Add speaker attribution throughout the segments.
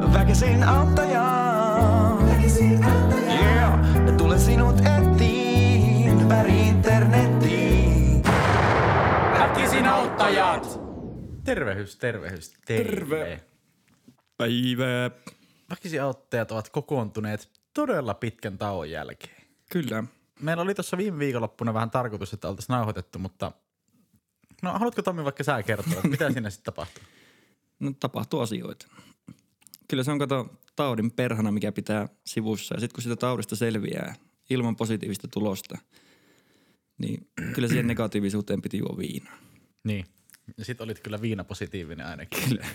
Speaker 1: Väkisin auttajaan. Yeah. Ja tule sinut etiin ympäri internetiin.
Speaker 2: Väkisin auttajat! Tervehys, tervehys, terve.
Speaker 3: Terve. Päivää.
Speaker 2: Väkisin auttajat ovat kokoontuneet todella pitkän tauon jälkeen.
Speaker 3: Kyllä.
Speaker 2: Meillä oli tuossa viime viikonloppuna vähän tarkoitus, että oltaisiin nauhoitettu, mutta no haluatko Tommi vaikka sä kertoa, että mitä siinä sitten tapahtui?
Speaker 3: No tapahtuu asioita. Kyllä se on kato taudin perhana, mikä pitää sivussa. Ja sitten kun sitä taudista selviää ilman positiivista tulosta, niin kyllä siihen negatiivisuuteen piti juo viinaa.
Speaker 2: Niin. Sitten olit kyllä viinapositiivinen ainakin.
Speaker 3: Kyllä.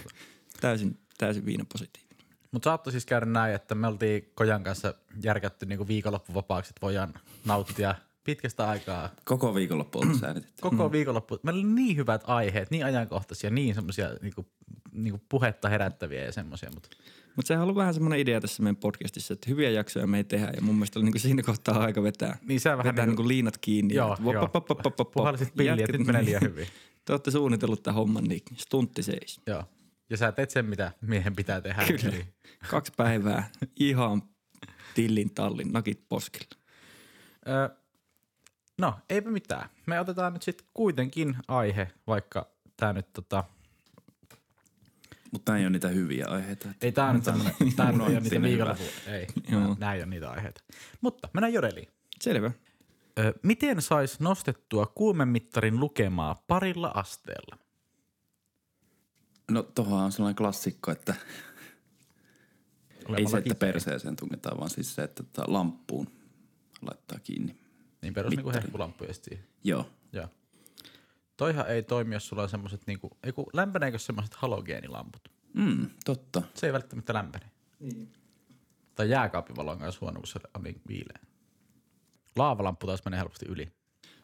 Speaker 3: Täysin, täysin viinapositiivinen.
Speaker 2: Mutta saattoi siis käydä näin, että me oltiin Kojan kanssa järkätty niinku viikonloppuvapaaksi, että voidaan nauttia pitkästä aikaa.
Speaker 4: Koko viikonloppu on säännetty.
Speaker 2: Koko viikonloppu. Meillä oli niin hyvät aiheet, niin ajankohtaisia, niin semmoisia niinku, niinku puhetta herättäviä ja semmoisia. Mutta
Speaker 3: Mutta sehän on ollut vähän semmoinen idea tässä meidän podcastissa, että hyviä jaksoja me ei tehdä. Ja mun mielestä oli niinku siinä kohtaa aika vetää,
Speaker 2: Niin sä vähän
Speaker 3: vetää
Speaker 2: niinku-
Speaker 3: niinku liinat kiinni.
Speaker 2: Joo,
Speaker 3: Vop,
Speaker 2: joo.
Speaker 3: pop, pop, pop, pop,
Speaker 2: Puhallisit pilliä,
Speaker 3: Jatket-
Speaker 2: nyt menee liian hyvin.
Speaker 3: Te olette suunnitellut tämän homman, niin stuntti seis.
Speaker 2: Joo. Ja sä teet sen, mitä miehen pitää tehdä.
Speaker 3: Kyllä.
Speaker 2: Eli,
Speaker 3: Kaksi päivää ihan tillin tallin, nakit poskilla.
Speaker 2: ö, no, eipä mitään. Me otetaan nyt sitten kuitenkin aihe, vaikka tämä nyt tota,
Speaker 4: Mutta nämä ei ole niitä hyviä aiheita.
Speaker 2: ei tämä nyt semmoinen, tämä ei ole niitä
Speaker 4: Unohdin ne
Speaker 2: viikonloppu. Ei,
Speaker 3: Joo.
Speaker 2: nämä ei ole niitä aiheita. Mutta mennään Jodeliin.
Speaker 3: Selvä.
Speaker 2: Ö, miten sais nostettua kuumemittarin lukemaa parilla asteella?
Speaker 4: No tohan on sellainen klassikko, että ei se, että
Speaker 2: kipeä.
Speaker 4: perseeseen tungetaan, vaan siis se, että tota lamppuun laittaa kiinni.
Speaker 2: Niin perus niinku
Speaker 4: mittari.
Speaker 2: herkkulamppuja sit siihen.
Speaker 4: Joo.
Speaker 2: Joo. Toihan ei toimi, jos sulla on semmoset niinku, ei kun lämpeneekö semmoset halogeenilamput?
Speaker 4: Mm, totta.
Speaker 2: Se ei välttämättä lämpene. Niin. Tai jääkaapivalon kanssa huono, kun se on niin viileä. Laavalamppu taas menee helposti yli.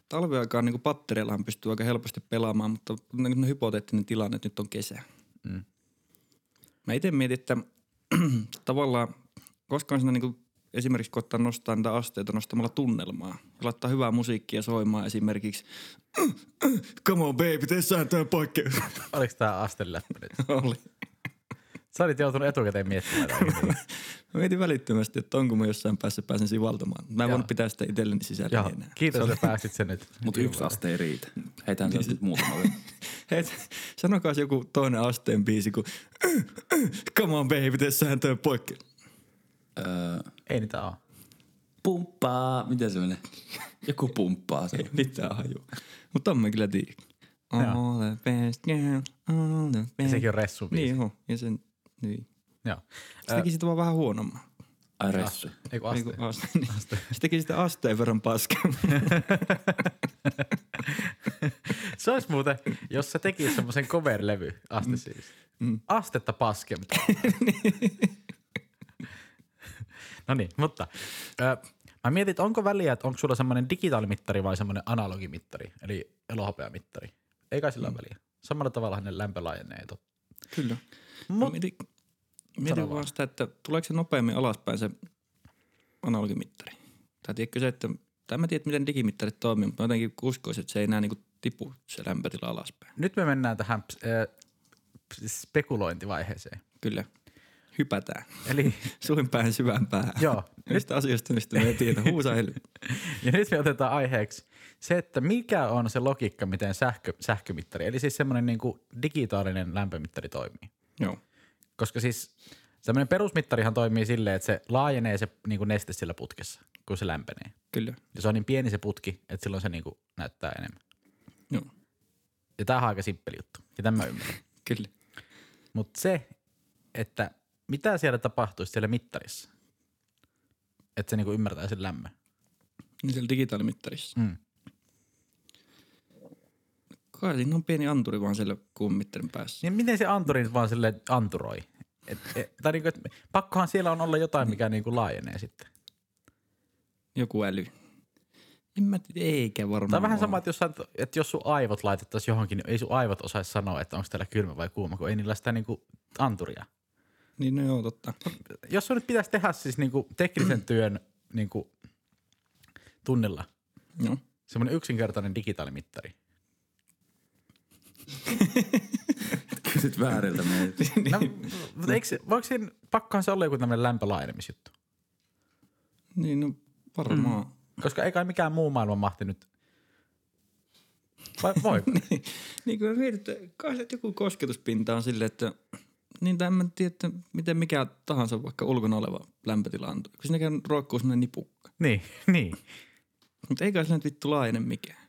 Speaker 3: Talviaikaan niin pattereillahan pystyy aika helposti pelaamaan, mutta niin hypoteettinen tilanne, että nyt on kesä. Mm. Mä itse mietin, että tavallaan koskaan siinä niin esimerkiksi koittaa nostaa niitä asteita nostamalla tunnelmaa. Ja laittaa hyvää musiikkia soimaan esimerkiksi Come on baby, tee tämä poikkeus.
Speaker 2: Oliko tää aste läppä nyt?
Speaker 3: Oli.
Speaker 2: Sä olit joutunut etukäteen miettimään. tätä.
Speaker 3: Mä mietin välittömästi, että onko mä jossain päässä pääsen sivaltamaan. Mä en voinut pitää sitä itselleni sisällä
Speaker 2: Joo,
Speaker 3: enää.
Speaker 2: kiitos, että pääsit sen nyt.
Speaker 4: Mutta yksi aste ei riitä. Heitän niin. nyt muutama. vielä.
Speaker 3: Hei, sanokaas joku toinen asteen biisi, kun come on baby, tee sääntöä poikki.
Speaker 4: öö,
Speaker 2: Ei niitä oo.
Speaker 3: Niin.
Speaker 4: pumppaa. Miten se menee? Joku pumppaa se.
Speaker 3: Ei mitään hajua. Mutta on mä kyllä tiedä. All the best girl, all the best.
Speaker 2: Sekin on ressu biisi.
Speaker 3: Niin joo, ja sen, niin.
Speaker 2: Joo.
Speaker 3: Se teki siitä vaan vähän huonomman.
Speaker 4: Ai ressu.
Speaker 2: Ei kun aste.
Speaker 3: Niin kuin aste, niin. Se teki sitä asteen verran paskaa.
Speaker 2: Se olisi muuten, jos sä tekis semmoisen cover-levy, aste siis. Astetta paskempi. no niin, mutta ö, mä mietin, että onko väliä, että onko sulla semmoinen digitaalimittari vai semmoinen analogimittari, eli elohopeamittari. Ei kai sillä ole väliä. Samalla tavalla ne lämpö laajenee. tot-
Speaker 3: Kyllä.
Speaker 2: Mut-
Speaker 3: Mut, mietin mietin
Speaker 2: Sano
Speaker 3: vaan
Speaker 2: vaan.
Speaker 3: sitä, että tuleeko se nopeammin alaspäin se analogimittari. Tai tiedätkö se, että, tai mä tiedän, miten digimittarit toimii, mutta mä jotenkin uskoisin, että se ei enää niinku tipu se lämpötila alaspäin.
Speaker 2: Nyt me mennään tähän ö, spekulointivaiheeseen.
Speaker 3: Kyllä. Hypätään.
Speaker 2: Eli
Speaker 3: Suin päin syvään päähän.
Speaker 2: Joo.
Speaker 3: Niistä asioista, mistä me ei tiedä. Huusahely.
Speaker 2: Ja nyt me otetaan aiheeksi se, että mikä on se logiikka, miten sähkö, sähkömittari, eli siis semmoinen niin kuin digitaalinen lämpömittari toimii.
Speaker 3: Joo.
Speaker 2: Koska siis semmoinen perusmittarihan toimii silleen, että se laajenee se niin kuin neste sillä putkessa, kun se lämpenee.
Speaker 3: Kyllä.
Speaker 2: Ja se on niin pieni se putki, että silloin se niin kuin näyttää enemmän.
Speaker 3: Joo.
Speaker 2: Ja tämä on aika simppeli juttu, ja tämän mä ymmärrän.
Speaker 3: Kyllä.
Speaker 2: Mutta se, että mitä siellä tapahtuisi siellä mittarissa, että se niin kuin ymmärtää sen lämmön.
Speaker 3: Niin siellä digitaalimittarissa.
Speaker 2: Mm.
Speaker 3: Kai siinä on pieni anturi vaan siellä kummittelin päässä.
Speaker 2: Niin miten se anturi nyt vaan sille anturoi? Et, et, tai niinku, et, pakkohan siellä on olla jotain, mikä niinku laajenee sitten.
Speaker 3: Joku äly. En mä tiedä, eikä varmaan.
Speaker 2: Tai vähän
Speaker 3: ole.
Speaker 2: sama, että jos, sä- että jos sun aivot laitettaisiin johonkin, niin ei sun aivot osaisi sanoa, että onko täällä kylmä vai kuuma, kun ei niillä sitä niinku anturia.
Speaker 3: Niin no joo, totta.
Speaker 2: Jos sun nyt pitäisi tehdä siis niinku teknisen työn niinku tunnilla
Speaker 3: Joo.
Speaker 2: semmoinen yksinkertainen digitaalimittari.
Speaker 4: nyt vääriltä meitä.
Speaker 2: No, mutta eikö, se- voiko siinä, pakkohan se olla joku tämmöinen lämpölaajenemisjuttu?
Speaker 3: Niin, no varmaan.
Speaker 2: Koska ei kai mikään muu maailman mahti nyt. Vai voi?
Speaker 3: Mm. niin kuin mä mietin, että kai se, että joku kosketuspinta on silleen, että niin tai en mä tiedä, että miten mikä tahansa vaikka ulkona oleva lämpötila on. Kun siinäkään roikkuu semmoinen nipukka.
Speaker 2: niin, niin.
Speaker 3: Mutta ei kai sillä nyt vittu laajene mikään.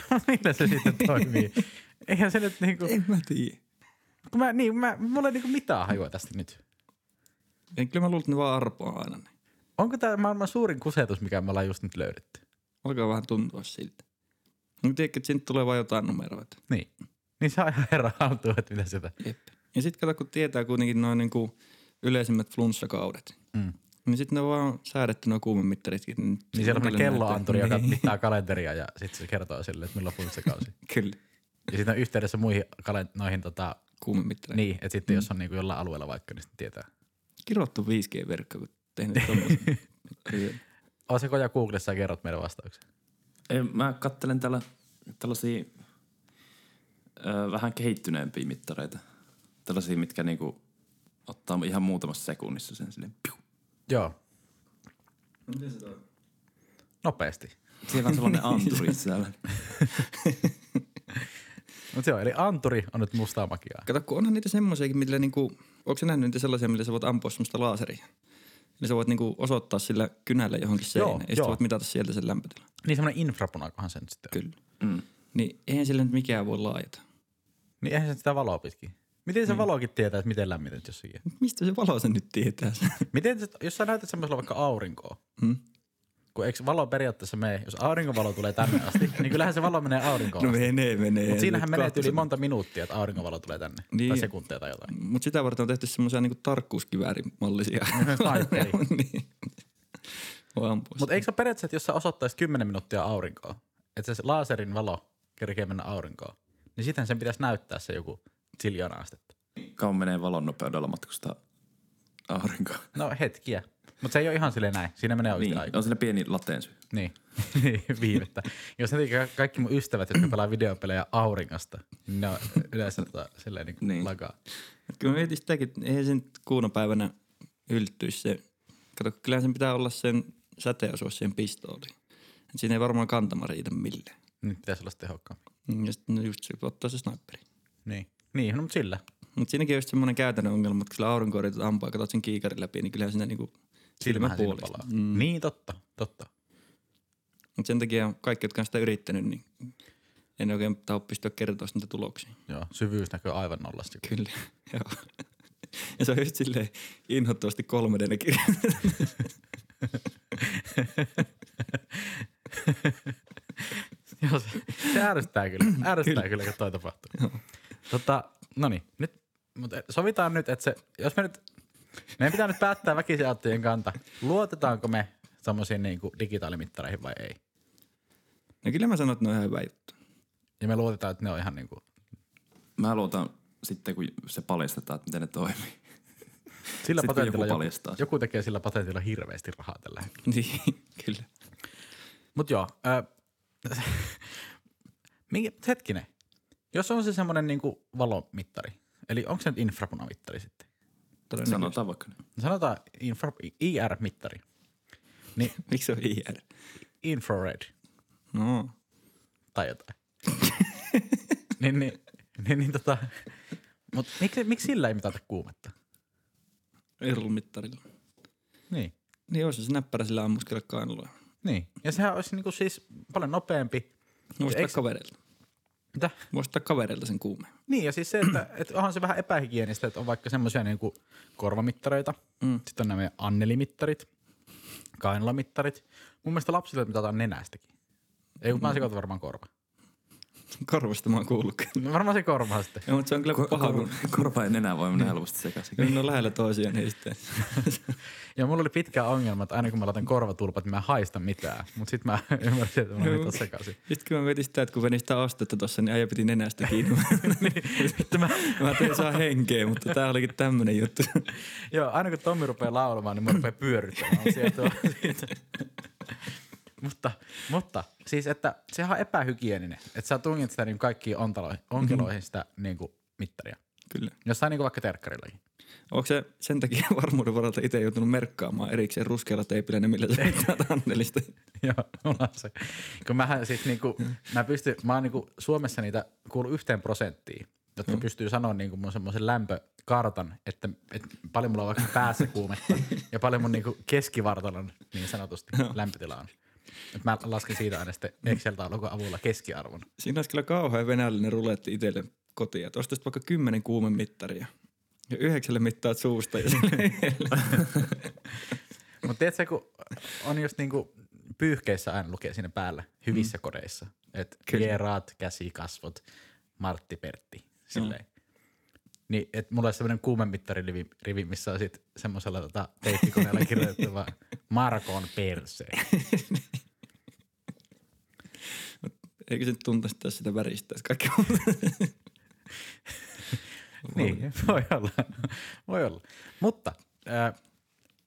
Speaker 2: Millä se sitten toimii? Eihän se nyt niinku,
Speaker 3: En mä tiedä.
Speaker 2: kun mä, niin, mä, mulla ei niinku mitään hajua tästä nyt.
Speaker 3: Ja kyllä mä luulen, että ne vaan arpoa aina. Niin.
Speaker 2: Onko tämä maailman suurin kusetus, mikä me ollaan just nyt löydetty?
Speaker 3: Alkaa vähän tuntua siltä. Mä tiedän, että siitä tulee vaan jotain numeroita.
Speaker 2: Niin. Niin saa ihan herra haltuun, että mitä sitä.
Speaker 3: Jep. Ja sitten kato, kun tietää kuitenkin noin niinku yleisimmät flunssakaudet.
Speaker 2: Mm.
Speaker 3: Niin sitten ne vaan on säädetty nuo kuumemittaritkin. Niin,
Speaker 2: Niin siellä on
Speaker 3: Kyllä
Speaker 2: semmoinen kelloanturi,
Speaker 3: näyttää.
Speaker 2: joka
Speaker 3: Niin,
Speaker 2: mittaa kalenteria ja sitten se kertoo sille, että milloin pulssikausi.
Speaker 3: Kyllä,
Speaker 2: Ja sitten on yhteydessä muihin kalen, noihin tota,
Speaker 3: kuumemittarit. Niin.
Speaker 2: niin, että sitten jos on niinku jollain alueella vaikka, niin sitten tietää.
Speaker 3: Kirottu 5G-verkko, kun tehnyt tommosen. Kyllä.
Speaker 2: Oletko ja Googlessa ja kerrot meidän vastauksen?
Speaker 4: Ei, Mä kattelen täällä tällaisia ö, vähän kehittyneempiä mittareita. Tällaisia, mitkä niinku ottaa ihan muutamassa sekunnissa sen silleen. piu.
Speaker 2: Joo. Nopeasti.
Speaker 4: Siellä on sellainen anturi siellä.
Speaker 2: Mutta se on, eli anturi on nyt mustaa makiaa.
Speaker 3: Kato, kun onhan niitä semmoisiakin, millä niinku, onko sä nähnyt niitä sellaisia, millä sä voit ampua semmoista laaseria? Eli sä voit niinku osoittaa sillä kynällä johonkin seinään, ja sit
Speaker 2: joo.
Speaker 3: sä voit mitata sieltä sen lämpötilan.
Speaker 2: Niin semmoinen infrapunakohan se nyt sitten on.
Speaker 3: Kyllä.
Speaker 2: Mm.
Speaker 3: Niin eihän sillä nyt mikään voi laajata.
Speaker 2: Niin eihän se sitä valoa pitkin. Miten
Speaker 3: Mm.
Speaker 2: se valokin tietää, että miten lämmitet jossakin? on?
Speaker 3: Mistä se valo sen nyt tietää? No
Speaker 2: Miten, se- jos sä näytät semmoisella vaikka aurinkoa,
Speaker 3: Mm.
Speaker 2: hmm? kun eikö valo periaatteessa mene, jos aurinkovalo tulee tänne asti, niin kyllähän se valo menee aurinkoon asti.
Speaker 3: menee, No menee.
Speaker 2: Mutta siinähän
Speaker 3: Nyt
Speaker 2: menee yli
Speaker 3: katso.
Speaker 2: monta minuuttia, että aurinkovalo tulee tänne. Niin.
Speaker 3: Niin.
Speaker 2: Tai sekuntia tai jotain.
Speaker 3: Mut sitä varten on tehty semmoisia niinku tarkkuuskiväärimallisia.
Speaker 2: Taipeli.
Speaker 3: niin. Voi ampua.
Speaker 2: Mutta eikö se ole periaatteessa, että jos sä osoittaisit 10 minuuttia aurinkoa, että se laaserin valo kerkee mennä aurinkoon, niin sitten sen pitäisi näyttää se joku siljoona astetta.
Speaker 4: Kauan menee valon nopeudella matkustaa aurinkoa.
Speaker 2: No hetkiä. Mutta se ei ole ihan silleen näin. Siinä menee oikein
Speaker 4: Niin,
Speaker 2: niin. aikaa.
Speaker 4: on sillä pieni lateensy.
Speaker 2: Niin. Viivettä. Jos ne tekee ka- kaikki mun ystävät, jotka pelaa videopelejä auringosta, niin ne on yleensä tota, silleen niin, niin.
Speaker 4: Niin.
Speaker 2: lagaa.
Speaker 3: Mut Kyllä mä mietin sitäkin, että eihän sen kuunapäivänä ylttyisi se. Kato, kyllähän sen pitää olla sen säteosuus siihen pistooliin. Et siinä ei varmaan kantama riitä millään.
Speaker 2: Nyt pitäisi olla sitten tehokkaampi.
Speaker 3: Mm, Ja sitten just se ottaa se sniperi.
Speaker 2: Niin. Niin, no, mutta sillä.
Speaker 3: Mutta siinäkin on just semmoinen käytännön ongelma, että kun sillä aurinko yrität ampua, katsot sen kiikarin läpi, niin kyllähän siinä niinku
Speaker 2: Silmähän siinä
Speaker 3: puolistuu.
Speaker 2: palaa. Mm. Niin, totta. Totta.
Speaker 3: Mutta sen takia kaikki, jotka on sitä yrittänyt, niin en oikein taho pystyä kertoa niitä tuloksia.
Speaker 2: Joo, syvyys näkyy aivan nollasta.
Speaker 3: Kyllä, joo. Ja se on just silleen inhottavasti 3 d
Speaker 2: Joo, se, se ärsyttää kyllä. Ärsyttää kyllä, kun toi tapahtuu. Tota, no niin, nyt, mutta sovitaan nyt, että se, jos me nyt, meidän pitää nyt päättää väkisin aattojen kanta, luotetaanko me semmoisiin niin digitaalimittareihin vai ei.
Speaker 3: No kyllä mä sanon, että ne on ihan hyvä juttu.
Speaker 2: Ja me luotetaan, että ne on ihan niin kuin,
Speaker 4: Mä luotan sitten, kun se paljastetaan, että miten ne toimii.
Speaker 2: sillä
Speaker 4: Sitten
Speaker 2: patentilla
Speaker 4: joku
Speaker 2: joku,
Speaker 4: paljastaa sen.
Speaker 2: joku, tekee sillä patentilla hirveästi rahaa tällä hetkellä.
Speaker 3: Niin, kyllä.
Speaker 2: Mut joo, ö, minkä, hetkinen, jos on se semmoinen niin kuin valomittari, eli onko se nyt infrapunamittari sitten?
Speaker 3: Todennäköisesti.
Speaker 4: Sanotaan vaikka ne.
Speaker 2: No sanotaan infra, IR-mittari, niin
Speaker 3: Miksi se on IR?
Speaker 2: infrared
Speaker 3: No,
Speaker 2: tai jotain. niin, niin, niin, niin tota, mut miksi, miksi sillä ei mitata kuumetta?
Speaker 3: erlmittarilla.
Speaker 2: Niin.
Speaker 3: Niin jos se näppärä sillä ammuskella kainaloa.
Speaker 2: Niin. Ja sehän olisi niinku siis paljon nopeampi.
Speaker 3: Voisi ottaa
Speaker 2: Eiks-
Speaker 3: kavereilta.
Speaker 2: Mitä?
Speaker 3: Voisi ottaa kavereilta sen kuumeen.
Speaker 2: Niin ja siis se, että et onhan se vähän epähygienistä, että on vaikka semmoisia niinku korvamittareita. Mm. Sitten on nämä meidän annelimittarit, kainalamittarit. Mun mielestä lapsille mitataan nenästäkin. Ei kun mä sekoitan varmaan korva. No,
Speaker 3: Korvasta mä oon kuullut. kyllä.
Speaker 2: Varmaan se korva on sitten.
Speaker 3: Joo, mutta se on kyllä
Speaker 4: Ko-
Speaker 3: paha,
Speaker 4: korva,
Speaker 3: kun
Speaker 4: korva ja nenä voi mennä helposti sekaisin.
Speaker 3: kun ne on lähellä toisiaan niin sitten.
Speaker 2: Ja mulla oli pitkä ongelma, että aina kun mä laitan korvatulpat, niin mä en haista mitään. Mut sit mä ymmärsin, että mä olen nyt sekaisin.
Speaker 3: Sitten kun mä mietin sitä, että kun venin sitä astetta tossa, niin äijä piti nenästä kiinni. Niin,
Speaker 2: Vittu mä,
Speaker 3: mä tein saa henkeä, mutta tää olikin tämmönen juttu.
Speaker 2: joo, aina kun Tommi rupeaa laulamaan, niin mä rupeaa pyörryttämään sieltä. mutta, mutta siis, että sehän on epähygieninen, että sä tungit sitä niin kaikkiin ontaloihin, onkeloihin sitä niin kuin mittaria.
Speaker 3: Kyllä.
Speaker 2: Jossain niin kuin vaikka terkkarillakin.
Speaker 3: Onko se sen takia varmuuden varalta itse joutunut merkkaamaan erikseen ruskealla teipillä ne, millä se mittaa tannelista?
Speaker 2: Joo, mulla on se. Kun mähän siis niinku, mä pystyn, mä oon niinku Suomessa niitä kuullut yhteen prosenttiin, jotka mm. pystyy sanoa niinku mun semmoisen lämpökartan, että, että paljon mulla on vaikka päässä kuumetta ja paljon mun niinku keskivartalon niin sanotusti lämpötila on. Et mä lasken siitä aina sitten Excel-taulukon avulla keskiarvon.
Speaker 3: Siinä olisi kyllä kauhean venäläinen ruletti itselle kotiin. Että ostaisit vaikka kymmenen kuumen mittaria. Ja yhdeksälle mittaat suusta. Ja
Speaker 2: Mutta tiedätkö, kun on just niinku pyyhkeissä aina lukee siinä päällä, hyvissä mm. kodeissa, että vieraat, käsikasvot, Martti, Pertti, silleen. Niin, että mulla on semmoinen kuumemittaririvi, rivi, missä on sit semmoisella tota, teippikoneella kirjoitettava Markon perse.
Speaker 3: Eikö se nyt tuntaisi tässä sitä väristä? että Kaikki on
Speaker 2: niin, voi olla. voi olla. Mutta, äh,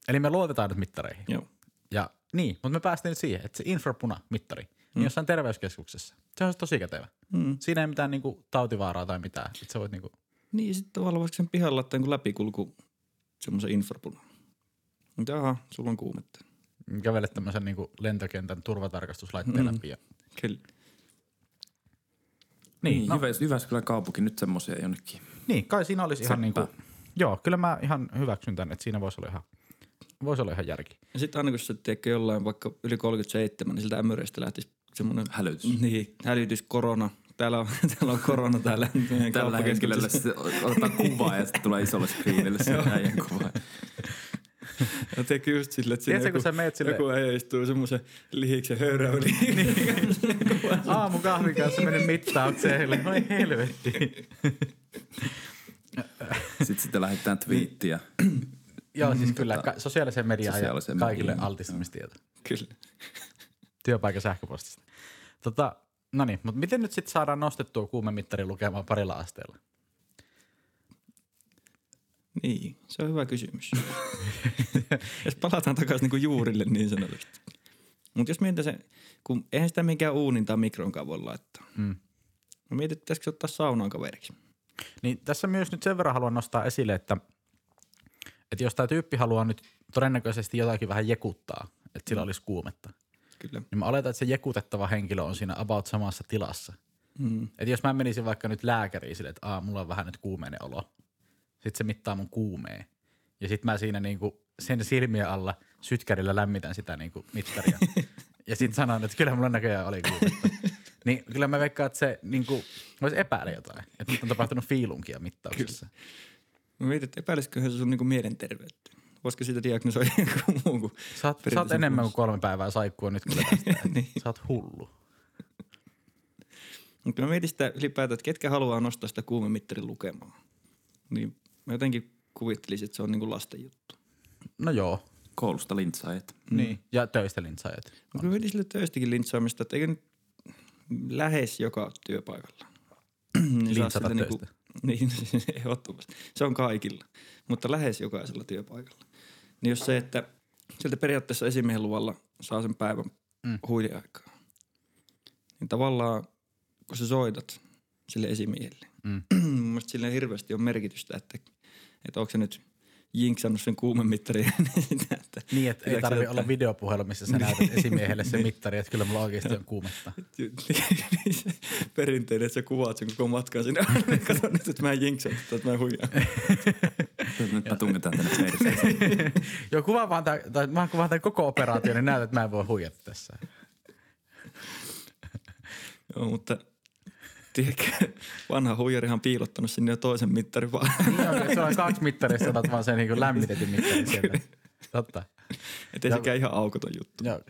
Speaker 2: eli me luotetaan nyt mittareihin.
Speaker 3: Joo.
Speaker 2: Ja niin, mutta me päästiin nyt siihen, että se infrapunamittari, mm. niin jossain terveyskeskuksessa, se on tosi kätevä. Mm. Siinä ei mitään niinku tautivaaraa tai mitään. Sit sä voit niinku,
Speaker 3: Niin, sitten tavallaan vaikka sen pihalla laittaa jonkun läpikulku semmoisen infrapunan. Mutta Jaha, sulla on kuumetta.
Speaker 2: kävelet tämmöisen niinku lentokentän turvatarkastuslaitteen läpi. Ja,
Speaker 3: Kyllä.
Speaker 4: Niin, no. Jyväs, Jyväskylän kaupunki nyt semmoisia jonnekin.
Speaker 2: niin, kai siinä olisi ihan
Speaker 4: Seppä.
Speaker 2: niinku, joo, kyllä mä ihan hyväksyn tän, että siinä voisi olla ihan, voisi olla ihan järki.
Speaker 3: Ja sitten aina kun sä tiedätkö jollain vaikka yli 37, niin siltä ämyristä lähtisi semmoinen
Speaker 4: Hälytys.
Speaker 3: Niin, hälytys korona. Täällä on, täällä on korona täällä.
Speaker 4: Tällä hetkellä se otetaan kuvaa ja sitten tulee isolla screenillä se äijän kuva.
Speaker 3: Ja teki just sille, että siinä
Speaker 2: Tiedätkö, kun sä meet sille-
Speaker 3: joku äijä istuu semmoisen lihiksen höyräyli. Niin.
Speaker 2: Aamukahvin kanssa meni mittaukseen, voi helvetti.
Speaker 4: Sitten sitä lähetetään twiittiä.
Speaker 2: Joo, siis kyllä ka- sosiaalisen mediaan ja
Speaker 4: Sosiaalisen
Speaker 2: kaikille
Speaker 4: mediaan,
Speaker 2: altistumistieto.
Speaker 3: Kyllä.
Speaker 2: Työpaikan sähköpostista. Tota, no niin, mutta miten nyt sitten saadaan nostettua kuumemittari lukemaan parilla asteella?
Speaker 3: Niin, se on hyvä kysymys. jos palataan takaisin niin juurille niin sanotusti. Mutta jos mietitään se, kun eihän sitä minkään uunin tai mikronkaan voi laittaa. Mm. Mä mietin, että pitäisikö se ottaa saunaan kaveriksi.
Speaker 2: Niin tässä myös nyt sen verran haluan nostaa esille, että, että jos tämä tyyppi haluaa nyt todennäköisesti jotakin vähän jekuttaa, että sillä olisi kuumetta,
Speaker 3: Kyllä.
Speaker 2: niin mä oletan, että se jekutettava henkilö on siinä about samassa tilassa. Mm. Että jos mä menisin vaikka nyt lääkäriin silleen, että Aa, mulla on vähän nyt kuumeinen olo, sitten se mittaa mun kuumeen. Ja sitten mä siinä niinku sen silmien alla sytkärillä lämmitän sitä niinku mittaria. ja sitten sanon, että kyllä mulla näköjään oli kuumetta. niin kyllä mä veikkaan, että se niinku, voisi epäillä jotain. Että nyt on tapahtunut fiilunkia mittauksessa.
Speaker 3: Mä mietin, että epäilisiköhän se sun niinku mielenterveyttä. Voisiko sitä diagnosoida joku muu kuin...
Speaker 2: Sä oot, sä oot
Speaker 3: Periaatteessa
Speaker 2: enemmän kuin kolme päivää saikkua nyt, kun tästä.
Speaker 3: Niin.
Speaker 2: Sä oot hullu.
Speaker 3: Mutta mä mietin sitä ylipäätään, että ketkä haluaa nostaa sitä kuumemittarin lukemaan. Niin mä jotenkin kuvittelisin, että se on niinku lasten juttu.
Speaker 2: No joo.
Speaker 4: Koulusta lintsaa, että
Speaker 2: Niin. Ja töistä lintsajat.
Speaker 3: Mutta mä mietin sille töistäkin lintsaamista, että eikö nyt lähes joka työpaikalla. niin saa
Speaker 2: Lintsata
Speaker 3: sitä niinku-
Speaker 2: töistä.
Speaker 3: Niin, ehdottomasti. Se on kaikilla, mutta lähes jokaisella työpaikalla. Niin jos se, että sieltä periaatteessa esimiehen luvalla saa sen päivän mm. huiliaikaa, niin tavallaan kun sä soitat sille esimiehelle, mm. mun mielestä sillä ei hirveästi on merkitystä, että, että onko se nyt jinksannut sen kuumemittarin ennen sitä, että
Speaker 2: Niin, että ei
Speaker 3: pitääkö se
Speaker 2: tarvi
Speaker 3: ottaa-
Speaker 2: olla videopuhelu, missä sä näytät esimiehelle se mittari, että kyllä mulla oikeasti on kuumetta.
Speaker 3: Niin se Perinteinen, että sä kuvaat sen koko matkan sinne. Kato nyt, että mä en jinksaa, että mä en huijaa.
Speaker 4: nyt mä tungetaan tänne perseeseen.
Speaker 2: Joo, kuvaa vaan tää, tai mä kuvaan tämän koko operaation, niin näytät, että mä en voi huijata tässä.
Speaker 3: Joo, mutta tiedätkö, vanha huijarihan piilottanut sinne jo toisen mittarin vaan.
Speaker 2: Niin on, että sulla on kaksi mittarista, otat vaan sen niin lämmitetyn mittarin sieltä. Totta.
Speaker 3: Että ei sekään ihan aukoton juttu.
Speaker 2: Joo,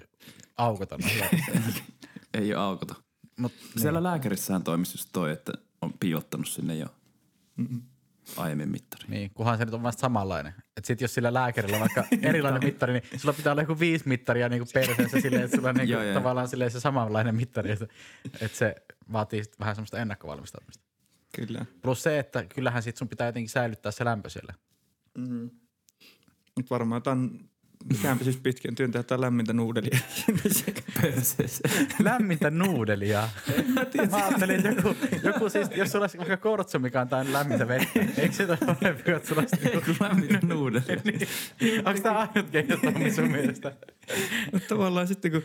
Speaker 2: aukoton.
Speaker 4: Ei ole aukota.
Speaker 2: Mut, niin.
Speaker 4: Siellä lääkärissähän toimisi just toi, että on piilottanut sinne jo aiemmin mittari.
Speaker 2: Niin, kunhan se nyt on vasta samanlainen. Et sit jos sillä lääkärillä on vaikka erilainen mittari, niin sulla pitää olla joku viisi mittaria niinku perseessä silleen, että sulla on niinku
Speaker 4: Joo, joo.
Speaker 2: tavallaan silleen se samanlainen mittari, että, että se vaatii sit vähän semmoista ennakkovalmistautumista.
Speaker 3: Kyllä.
Speaker 2: Plus se, että kyllähän sit sun pitää jotenkin säilyttää se lämpö siellä.
Speaker 3: Nyt varmaan tämän Mitäänpä siis pitkän työntää jotain lämmintä nuudelia.
Speaker 2: Lämmintä nuudelia. Mä ajattelin, että joku, joku siis, jos sulla olisi vaikka kortsu, mikä on täynnä lämmintä vettä, niin eikö se ole parempi, että sulla olisi joku...
Speaker 4: Lämmin nuudeli.
Speaker 2: Niin. Onko tämä ainut keino Tommi sun mielestä?
Speaker 3: No tavallaan sitten kun...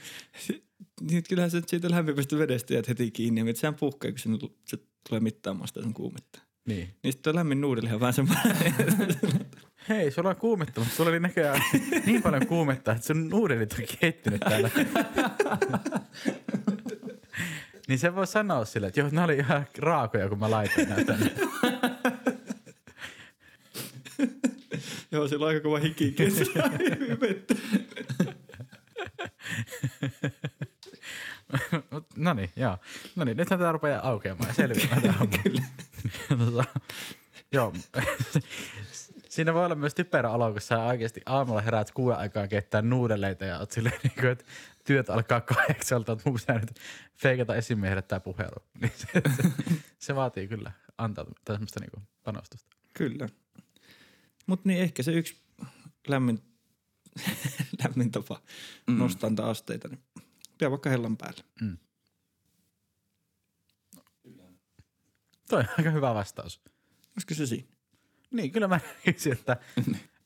Speaker 3: Niin kyllähän se siitä lämpimästä vedestä jäät heti kiinni, mutta sehän puhkee, kun se, se tulee mittaamaan sitä sun kuumetta.
Speaker 2: Niin.
Speaker 3: Niin sitten lämmin nuudelihan on vähän semmoinen.
Speaker 2: Hei, sulla on kuumetta, mutta sulla oli näköjään niin paljon kuumetta, että sun nuudelit on kehittynyt täällä. niin se voi sanoa sille, että joo, ne oli ihan raakoja, kun mä laitoin näitä.
Speaker 3: Joo, sillä on aika kova hiki kesä. vettä.
Speaker 2: no niin, joo. No niin, nythän tämä rupeaa aukeamaan ja selviämään tämä homma. tota, joo. Siinä voi olla myös typerä olo, kun sä oikeasti aamulla heräät kuuden aikaan keittää nuudeleita ja oot silleen, niin kuin, että työt alkaa kahdeksalta, että mun pitää nyt feikata esimiehelle tämä puhelu. Niin se, se, se, vaatii kyllä antaa tämmöistä niin panostusta.
Speaker 3: Kyllä. Mutta niin ehkä se yksi lämmin, lämmin tapa mm. nostaa niitä asteita, niin pitää vaikka hellan päälle.
Speaker 2: Toi on aika hyvä vastaus.
Speaker 3: Olisiko se siinä?
Speaker 2: Niin, kyllä mä näkisin, että,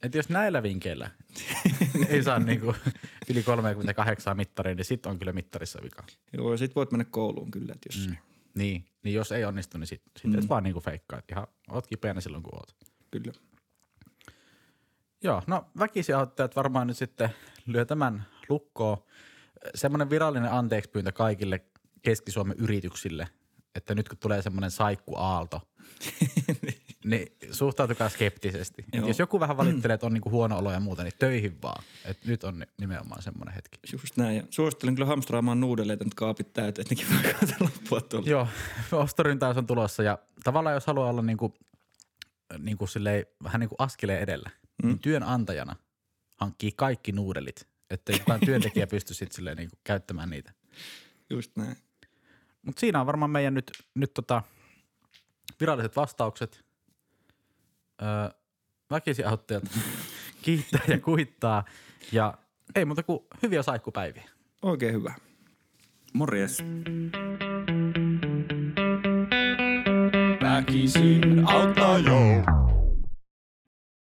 Speaker 2: että jos näillä vinkeillä ei saa niinku yli 38 mittaria, niin sit on kyllä mittarissa vika.
Speaker 3: Joo, ja sit voit mennä kouluun kyllä, että jos... Mm.
Speaker 2: Niin, niin jos ei onnistu, niin sit, sit mm. et vaan niinku feikkaa. että Ihan, oot kipeänä silloin, kun oot.
Speaker 3: Kyllä.
Speaker 2: Joo, no väkisiauttajat varmaan nyt sitten lyö tämän lukkoon. Semmoinen virallinen anteekspyyntö kaikille Keski-Suomen yrityksille, että nyt kun tulee semmoinen saikkuaalto, niin suhtautukaa skeptisesti. Et
Speaker 3: Joo.
Speaker 2: jos joku vähän valittelee, että on niinku huono olo ja muuta, niin töihin vaan. Et nyt on ni- nimenomaan semmoinen hetki.
Speaker 3: Just näin. Ja suosittelen kyllä hamstraamaan nuudeleita nyt kaapit täyteen, että nekin voi kaata loppua tuolla.
Speaker 2: Joo, ostoryntäys on tulossa ja tavallaan jos haluaa olla niinku, niinku silleen, vähän niinku askeleen edellä, mm. niin työnantajana hankkii kaikki nuudelit, että jotain työntekijä pysty sitten silleen niinku käyttämään niitä.
Speaker 3: Just näin.
Speaker 2: Mutta siinä on varmaan meidän nyt, nyt tota, viralliset vastaukset. Öö, väkisiauttajat kiittää ja kuittaa ja ei muuta kuin hyviä saikkupäiviä.
Speaker 3: Oikein hyvä.
Speaker 4: Morjes.
Speaker 1: Väkisin auttaja.